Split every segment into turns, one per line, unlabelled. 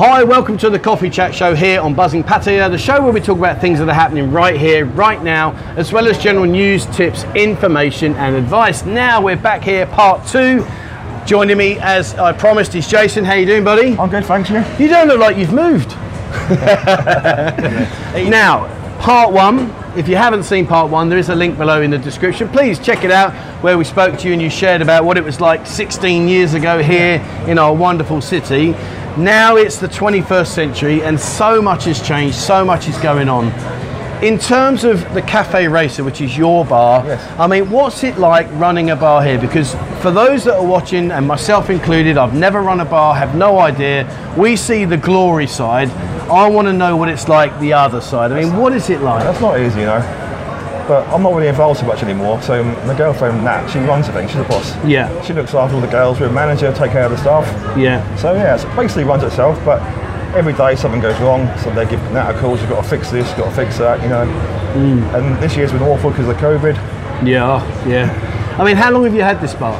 Hi, welcome to the Coffee Chat Show here on Buzzing Patia, the show where we talk about things that are happening right here, right now, as well as general news, tips, information, and advice. Now we're back here, part two. Joining me, as I promised, is Jason. How you doing, buddy?
I'm good, thanks you.
You don't look like you've moved. now, part one. If you haven't seen part one, there is a link below in the description. Please check it out where we spoke to you and you shared about what it was like 16 years ago here in our wonderful city. Now it's the 21st century and so much has changed, so much is going on. In terms of the Cafe Racer, which is your bar,
Yes.
I mean, what's it like running a bar here? Because for those that are watching, and myself included, I've never run a bar, have no idea. We see the glory side. I want to know what it's like the other side. I mean, what is it like?
That's not easy, you know. But I'm not really involved so much anymore. So my girlfriend Nat, she runs the thing. She's the boss.
Yeah.
She looks after all the girls. We're a manager, take care of the staff.
Yeah,
So yeah, it basically runs itself. But every day something goes wrong, so they give Nat a call. She's got to fix this, got to fix that, you know. And this year's been awful because of COVID.
yeah, oh, yeah. I mean, how long have you had this bar?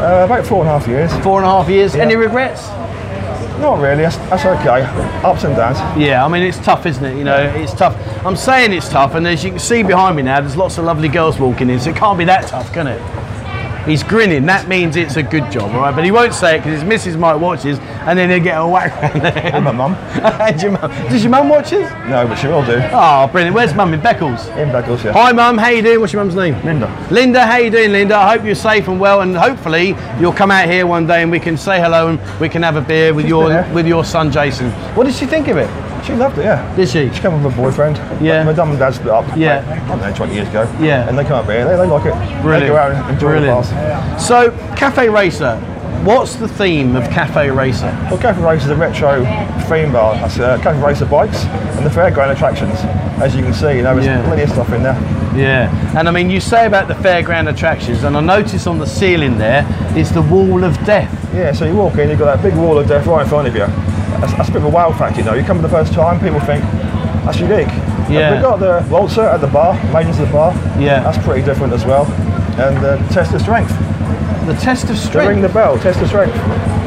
Uh, about four and a half years.
Four and a half years. Any regrets?
Not really. That's, that's okay. Ups and downs.
Yeah, I mean it's tough, isn't it? You know, it's tough. I'm saying it's tough, and as you can see behind me now, there's lots of lovely girls walking in, so it can't be that tough, can it? He's grinning. That means it's a good job, all right? But he won't say it because his missus might watch this, and then he'll get a whack round there.
And my mum.
And your mum- Does your mum watch this?
No, but she will do.
Oh, brilliant. Where's mum in Beckles?
In Beggars, yeah.
Hi, mum. How you doing? What's your mum's name?
Linda.
Linda, how you doing, Linda? I hope you're safe and well, and hopefully you'll come out here one day and we can say hello and we can have a beer with your
there.
with your son Jason. What did she think of it?
She loved it, yeah.
Did she?
She came with a boyfriend.
Yeah.
My mum and dad split up.
Yeah.
Like, I don't know, 20 years ago.
Yeah.
And they can't be here. They, they like it. They go out and enjoy
Brilliant.
the bars.
So, Cafe Racer. What's the theme of Cafe Racer?
Well, Cafe Race is a retro theme bar. That's uh, Cafe Racer bikes and the fairground attractions. As you can see, you know, there's
Yeah.
plenty of stuff in there.
Yeah. And I mean, you say about the fairground attractions, and I notice on the ceiling there is the Wall of Death.
Yeah, so you walk in, you've got that big wall of death right in front of you. That's, that's a bit of a wow fact, you know. You come for the first time, people think, that's unique.
Yeah.
We've got the Waltzer at the bar, Maidens at the bar.
Yeah.
That's pretty different as well. And the test of strength.
The test of
They ring
strength.
the bell, test of strength.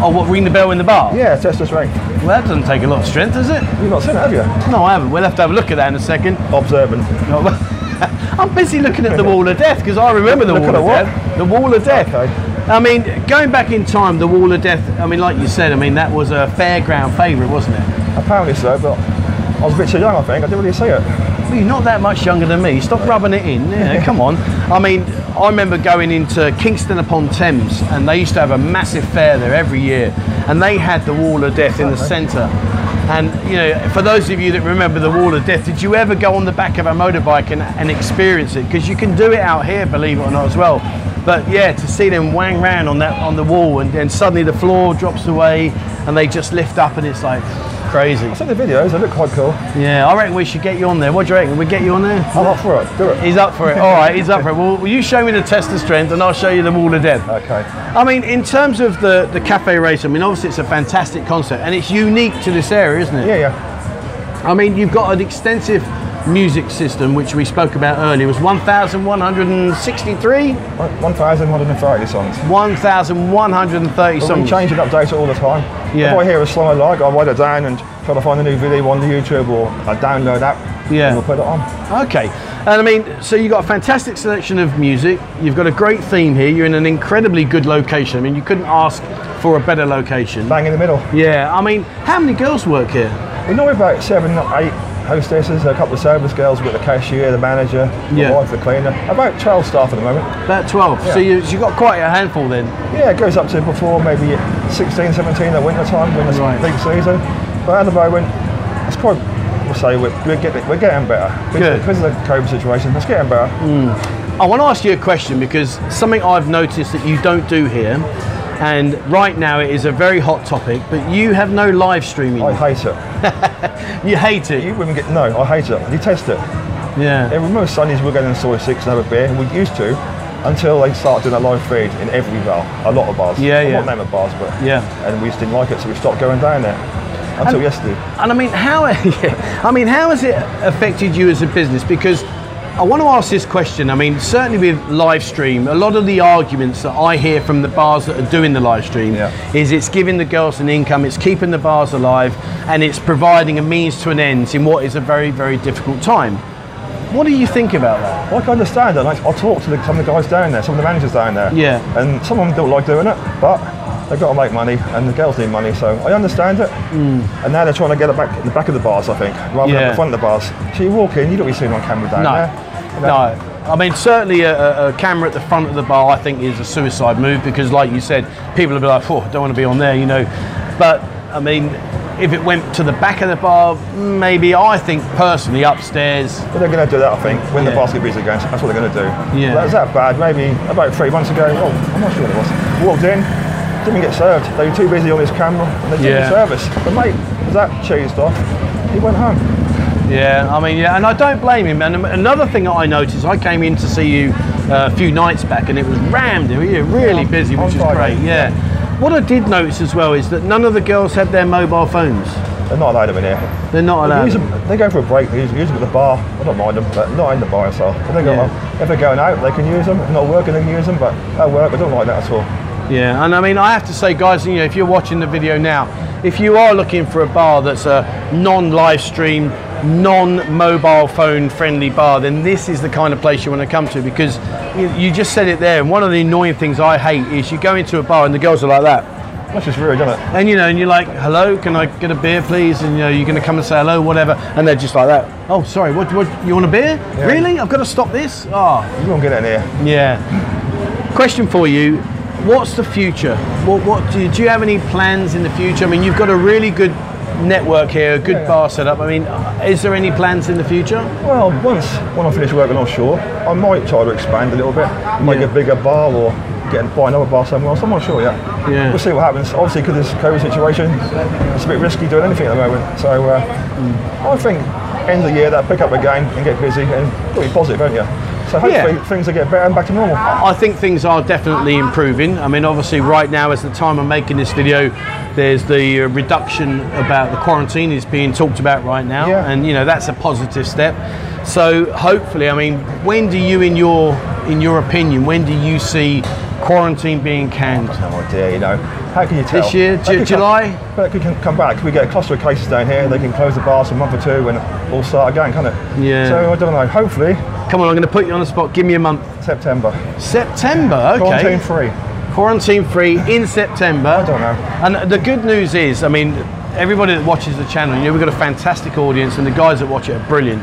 oh, what, ring the bell in the bar?
Yeah, test of strength.
Well, that doesn't take a lot of strength, does it?
You've not seen it, have you?
No, I haven't. We'll have to have a look at that in a second.
Observant.
No, well, I'm busy looking at the Wall of Death because I remember the
Look
Wall
at
of
the what?
Death. The Wall of Death.
Okay.
I mean, going back in time, the Wall of Death, I mean, like you said, I mean, that was a fairground favourite, wasn't it?
Apparently so, but I was a bit too young, I think. I didn't really see it.
Well, you're not that much younger than me. Stop rubbing it in. Yeah, come on. I mean, I remember going into Kingston upon Thames, and they used to have a massive fair there every year, and they had the Wall of Death in the centre. And you know, for those of you that remember the Wall of Death, did you ever go on the back of a motorbike and, and experience it? Because you can do it out here, believe it or not, as well. But yeah, to see them wang round on that on the wall, and then suddenly the floor drops away, and they just lift up, and it's like crazy.
I've seen the videos, they look quite cool.
Yeah, I reckon we should get you on there. What do you reckon? We get you on there?
I'm up for it, do it.
He's up for it. All right, he's up for it. Well, will you show me the test of strength, and I'll show you the wall of death.
Okay.
I mean, in terms of the the cafe race, I mean, obviously it's a fantastic concept, and it's unique to this area, isn't it?
Yeah, yeah.
I mean, you've got an extensive music system, which we spoke about earlier. It was 1,163,
One- 1,130 songs.
1,130
So we
songs.
change and update it all the time.
Yeah.
If I hear a song I like, I write it down and try to find a new video on the YouTube or a download app.
Yeah.
And we'll put it on.
Okay, and I mean, so you've got a fantastic selection of music. You've got a great theme here. You're in an incredibly good location. I mean, you couldn't ask for a better location.
Bang in the middle.
Yeah, I mean, how many girls work here?
We normally about seven, eight hostesses, a couple of service girls with the cashier, the manager,
Yeah.
the wife, the cleaner. About 12 staff at the moment.
About 12. So you, you've got quite a handful then.
Yeah, it goes up to before maybe 16, 17 at winter time when it's
Right.
big season. But at the moment, it's quite, we'll say, we're, we're, getting, we're getting better.
Good.
Because of the COVID situation, it's getting better.
I want to ask you a question because something I've noticed that you don't do here, and right now it is a very hot topic, but you have no live streaming.
I hate it.
You hate it.
You women get, no, I hate it. You test it.
Yeah.
Every most Sundays we're going to soy six and have a beer. We used to until they started doing a live feed in every bar, a lot of bars.
Yeah,
I
yeah.
won't name of bars, but
Yeah.
And we just didn't like it, so we stopped going down there until yesterday.
And I mean, how? yeah. I mean, how has it affected you as a business? Because I want to ask this question. I mean, certainly with live stream, a lot of the arguments that I hear from the bars that are doing the live stream
Yeah.
is it's giving the girls an income, it's keeping the bars alive, and it's providing a means to an end in what is a very, very difficult time. What do you think about that?
Well, I can understand that. Like, I talk to the, some of the guys down there, some of the managers down there.
Yeah.
And some of them don't like doing it, but they've got to make money, and the girls need money, so I understand it. And now they're trying to get it back in the back of the bars, I think, rather than
Hmm. Yeah.
the front of the bars. So you walk in, you don't be seen on camera down
No.
there. You know,
No. I mean, certainly a, a- a camera at the front of the bar, I think, is a suicide move because, like you said, people would be like, oh, I don't want to be on there, you know. But, I mean, if it went to the back of the bar, maybe I think personally upstairs,
But they're going to do that, I think, when the
Yeah.
basket beats are going. That's what they're going to do.
Yeah.
That was that bad. Maybe about three months ago. Oh, I'm not sure what it was. Walked in, didn't get served. They were too busy on this camera, and they didn't
Yeah.
get service. But mate, was that cheesed off? He went home.
Yeah, I mean, yeah, and I don't blame him. And um, another thing that I noticed, I came in to see you uh, a few nights back, and it was rammed. It was yeah, really
Yeah,
busy,
on
which is
Friday.
great. Yeah. What I did notice as well is that none of the girls had their mobile phones.
They're not allowed them in here.
They're not
They,
allowed.
use them, they go for a break. They use, use them at the bar. I don't mind them, but not in the bar itself. If, they go,
Yeah.
if they're going out, they can use them. If not working, they can use them. But at work, I don't like that at all.
Yeah, and I mean, I have to say, guys, you know, if you're watching the video now, if you are looking for a bar that's a non-live stream, non-mobile phone friendly bar, then this is the kind of place you want to come to because you, you just said it there. And one of the annoying things I hate is you go into a bar and the girls are like that.
That's just rude, isn't it?
And you know, and you're like, hello, can I get a beer, please? And you know, you're going to come and say hello, whatever. And they're just like that. Oh, sorry, what, what you want a beer? Really? I've got to stop this? Ah,
You won't get it in here.
yeah. Question for you What's the future? What, what do, you, do you have any plans in the future? I mean, you've got a really good network here, a good
yeah.
bar setup. I mean, uh, is there any plans in the future?
Well, once when I finish working offshore, I might try to expand a little bit, make
Yeah.
a bigger bar or get buy another bar somewhere else. I'm not sure yet.
Yeah.
We'll see what happens. Obviously, because this COVID situation, it's a bit risky doing anything at the moment. So uh,
Mm.
I think end of the year that'll pick up again and get busy and it'll be positive, won't you? So hopefully
Yeah.
things will get better and back to normal.
I think things are definitely improving. I mean, obviously, right now, as the time I'm making this video, there's the uh, reduction about the quarantine is being talked about right now,
Yeah.
and you know that's a positive step. So hopefully, I mean, when do you, in your in your opinion, when do you see quarantine being canned?
No idea, you know. How can you tell?
This year?
That
Ju-
could come-
July?
But it could come back. We get a cluster of cases down here, they can close the bars for a month or two and all start again, can't it?
Yeah.
So I don't know. Hopefully,
Come on, I'm going to put you on the spot. Give me a month.
September.
September. Okay.
Quarantine free.
quarantine free in September. I
don't know.
And the good news is, I mean, everybody that watches the channel, you know, we've got a fantastic audience, and the guys that watch it are brilliant.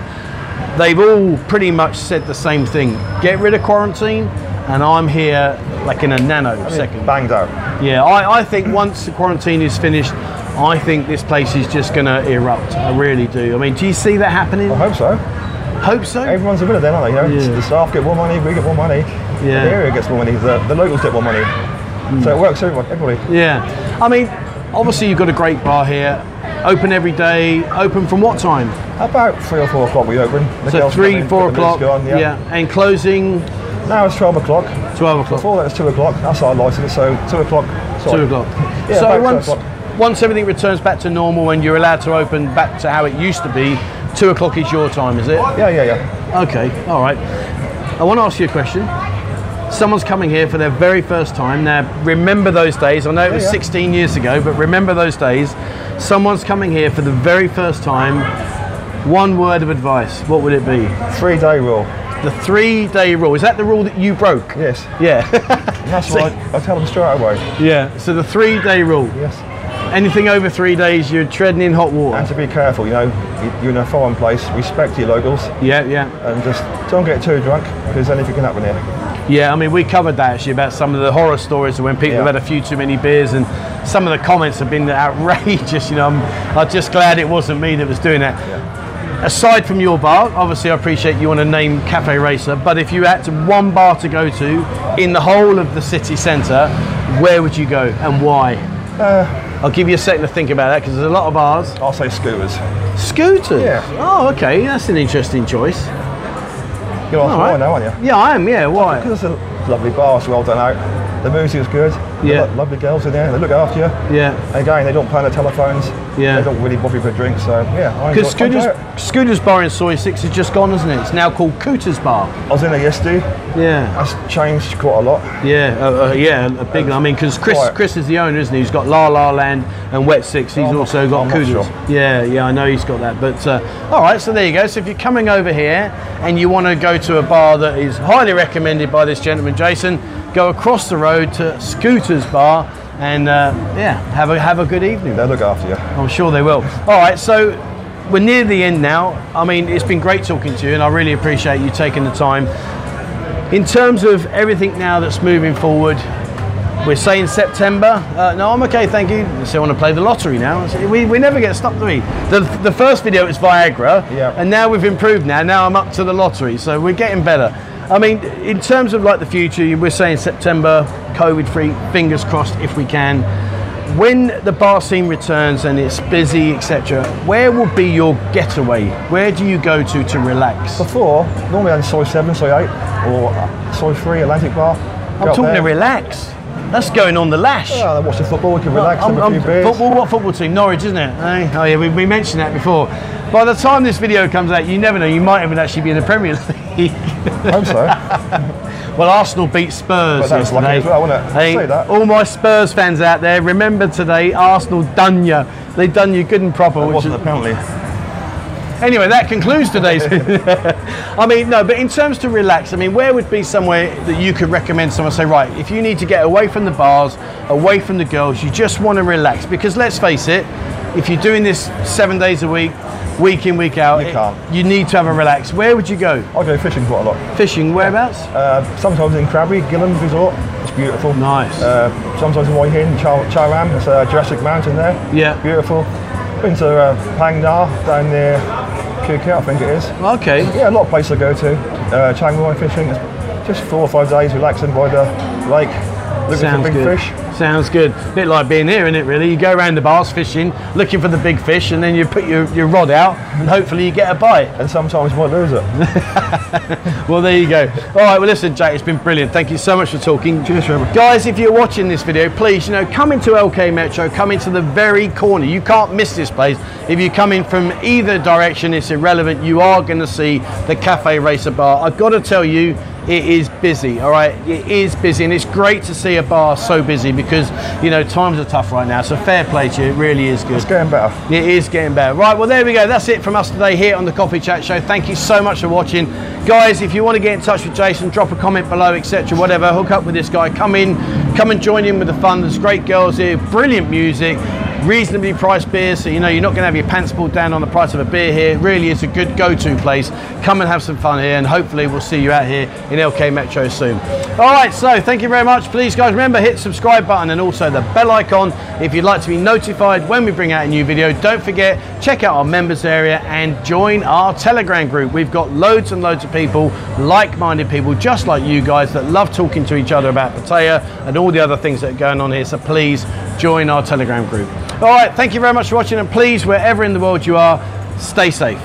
They've all pretty much said the same thing: get rid of quarantine, and I'm here like in a nano second.
Banged out.
Yeah, I, I think once the quarantine is finished, I think this place is just going to erupt. I really do. I mean, do you see that happening?
I hope so.
Hope so.
Everyone's a winner then, aren't they? You know,
Yeah.
The staff get more money, we get more money,
Yeah. Hmm.
the area gets more money, the, the locals get more money. So it works everyone, everybody.
Yeah. I mean, obviously you've got a great bar here. Open every day. Open from what time?
About three or four o'clock we open. The
So
girls come
three,
in,
four
put the music
o'clock.
on, yeah.
and closing
Now it's 12 o'clock.
twelve o'clock.
Before that it's two o'clock. That's our license, so two o'clock.
Two
sorry.
o'clock.
Yeah, about
so
two
once
o'clock.
once everything returns back to normal and you're allowed to open back to how it used to be, two o'clock is your time, is it?
Yeah, yeah, yeah.
Okay. All right. I want to ask you a question. Someone's coming here for their very first time. Now, remember those days. I know it was
yeah.
16 years ago, but remember those days. Someone's coming here for the very first time. One word of advice. What would it be?
Three day rule.
The three-day rule. Is that the rule that you broke?
Yes.
Yeah.
And that's what I, I tell them straight away.
yeah. So the three-day rule.
Yes.
Anything over three days, you're treading in hot
And
water.
to be careful, you know, you're in a foreign place, respect your locals
Yeah, yeah.
and just don't get too drunk because anything can happen here.
Yeah, I mean, we covered that actually about some of the horror stories when people
Yeah.
have had a few too many beers, and some of the comments have been outrageous. You know, I'm, I'm just glad it wasn't me that was doing that. Aside from your bar, obviously, I appreciate you want to name Cafe Racer, but if you had to one bar to go to in the whole of the city centre, where would you go and why?
Uh.
I'll give you a second to think about that because there's a lot of bars.
I'll say scooters.
Scooters.
Yeah.
Oh, okay, that's an interesting choice.
You're off
All right.
now, aren't you?
Yeah, I am. Yeah, why?
Because it's a lovely bar, it's well done out. The music is good. They've
Yeah.
got lovely girls in there. They look after you.
Yeah.
Again, they don't play on the telephones.
Yeah.
They don't really bother you for drinks. So yeah, I enjoy,
Because
I enjoy
Scooters,
it.
Scooters Bar in Soy 6 has just gone, isn't it? It's now called Cooters Bar.
I was in there yesterday.
Yeah.
That's changed quite a lot.
Yeah, uh, uh, yeah, a big. I mean, because Chris,
Quiet.
Chris is the owner, isn't he? He's got La La Land and Wet Six. He's
I'm not-
also got
I'm not
Cooters.
sure.
Yeah, yeah, I know he's got that. But uh, all right, so there you go. So if you're coming over here and you want to go to a bar that is highly recommended by this gentleman, Jason, go across the road to Scooters Bar and uh, yeah, have a have a good evening.
They look after you.
I'm sure they will. All right, so we're near the end now. I mean, it's been great talking to you, and I really appreciate you taking the time. In terms of everything now that's moving forward, we're saying September. Uh, no, I'm okay, thank you. So I want to play the lottery now. We, we never get stopped, do we? The, the first video was Viagra,
Yeah.
and now we've improved now. Now I'm up to the lottery, so we're getting better. I mean, in terms of like the future, we're saying September, COVID free, fingers crossed if we can. When the bar scene returns and it's busy, etc., where will be your getaway? Where do you go to to relax?
Before, normally on Soy 7, Soy 8, or Soy 3, Atlantic Bar.
I'm talking to relax. That's going on the lash.
eh? Yeah, they watch the football, we can relax,
I'm-
have a
I'm-
few beers.
football, what football team? Norwich, isn't it? Eh? Oh yeah, we, we mentioned that before. By the time this video comes out, you never know. You might even actually be in the Premier League.
I hope so.
well, Arsenal beat Spurs
But that was lucky
yesterday.
as well, wasn't it?
Hey,
Say that.
All my Spurs fans out there, remember today, Arsenal done you. They done you good and proper. which
wasn't
is-
apparently.
anyway, that concludes today's. I mean, no, but in terms to relax, I mean, where would be somewhere that you could recommend someone say, right, if you need to get away from the bars, away from the girls, you just want to relax? Because let's face it, if you're doing this seven days a week, week in, week out,
You
it-
can't.
you need to have a relax. Where would you go?
I go fishing quite a lot.
Fishing, whereabouts?
Uh, sometimes in Crabby, Gillam Resort. It's beautiful.
Nice.
Uh, sometimes in Waihin, Char- Charam. It's uh, Jurassic Mountain there.
Yeah.
Beautiful. Been to uh, Pang Dar down near Phuket, I think it is.
okay.
Yeah, a lot of places I go to. Uh, Chiang Mai fishing. It's just four or five days relaxing by the lake, looking
Sounds
for big
good.
fish.
Sounds good. bit like being here, isn't it, really? You go around the bars fishing, looking for the big fish, and then you put your, your rod out, and hopefully you get a bite.
And sometimes you might lose it.
Well, there you go. All right, well, listen, Jake, it's been brilliant. Thank you so much for talking.
Cheers, Trevor.
Guys, if you're watching this video, please, you know, come into LK Metro, come into the very corner. You can't miss this place. If you come in from either direction, it's irrelevant. You are going to see the Cafe Racer Bar. I've got to tell you, it is busy, all right? It is busy, and it's great to see a bar so busy because, you know, times are tough right now. So, fair play to you. It really is good.
It's getting better.
It is getting better. Right, well, there we go. That's it from us today here on the Coffee Chat Show. Thank you so much for watching. Guys, if you want to get in touch with Jason, drop a comment below, etc., whatever. Hook up with this guy. Come in, come and join in with the fun. There's great girls here, brilliant music, reasonably priced beer. So, you know, you're not going to have your pants pulled down on the price of a beer here. It really is a good go to place. Come and have some fun here, and hopefully, we'll see you out here in LK Metro soon. All right, so thank you very much. Please, guys, remember hit subscribe button and also the bell icon if you'd like to be notified when we bring out a new video. Don't forget, check out our members area and join our Telegram group. We've got loads and loads of people, like minded people, just like you guys, that love talking to each other about Patea and all the other things that are going on here. So please join our Telegram group. All right, thank you very much for watching, and please, wherever in the world you are, stay safe.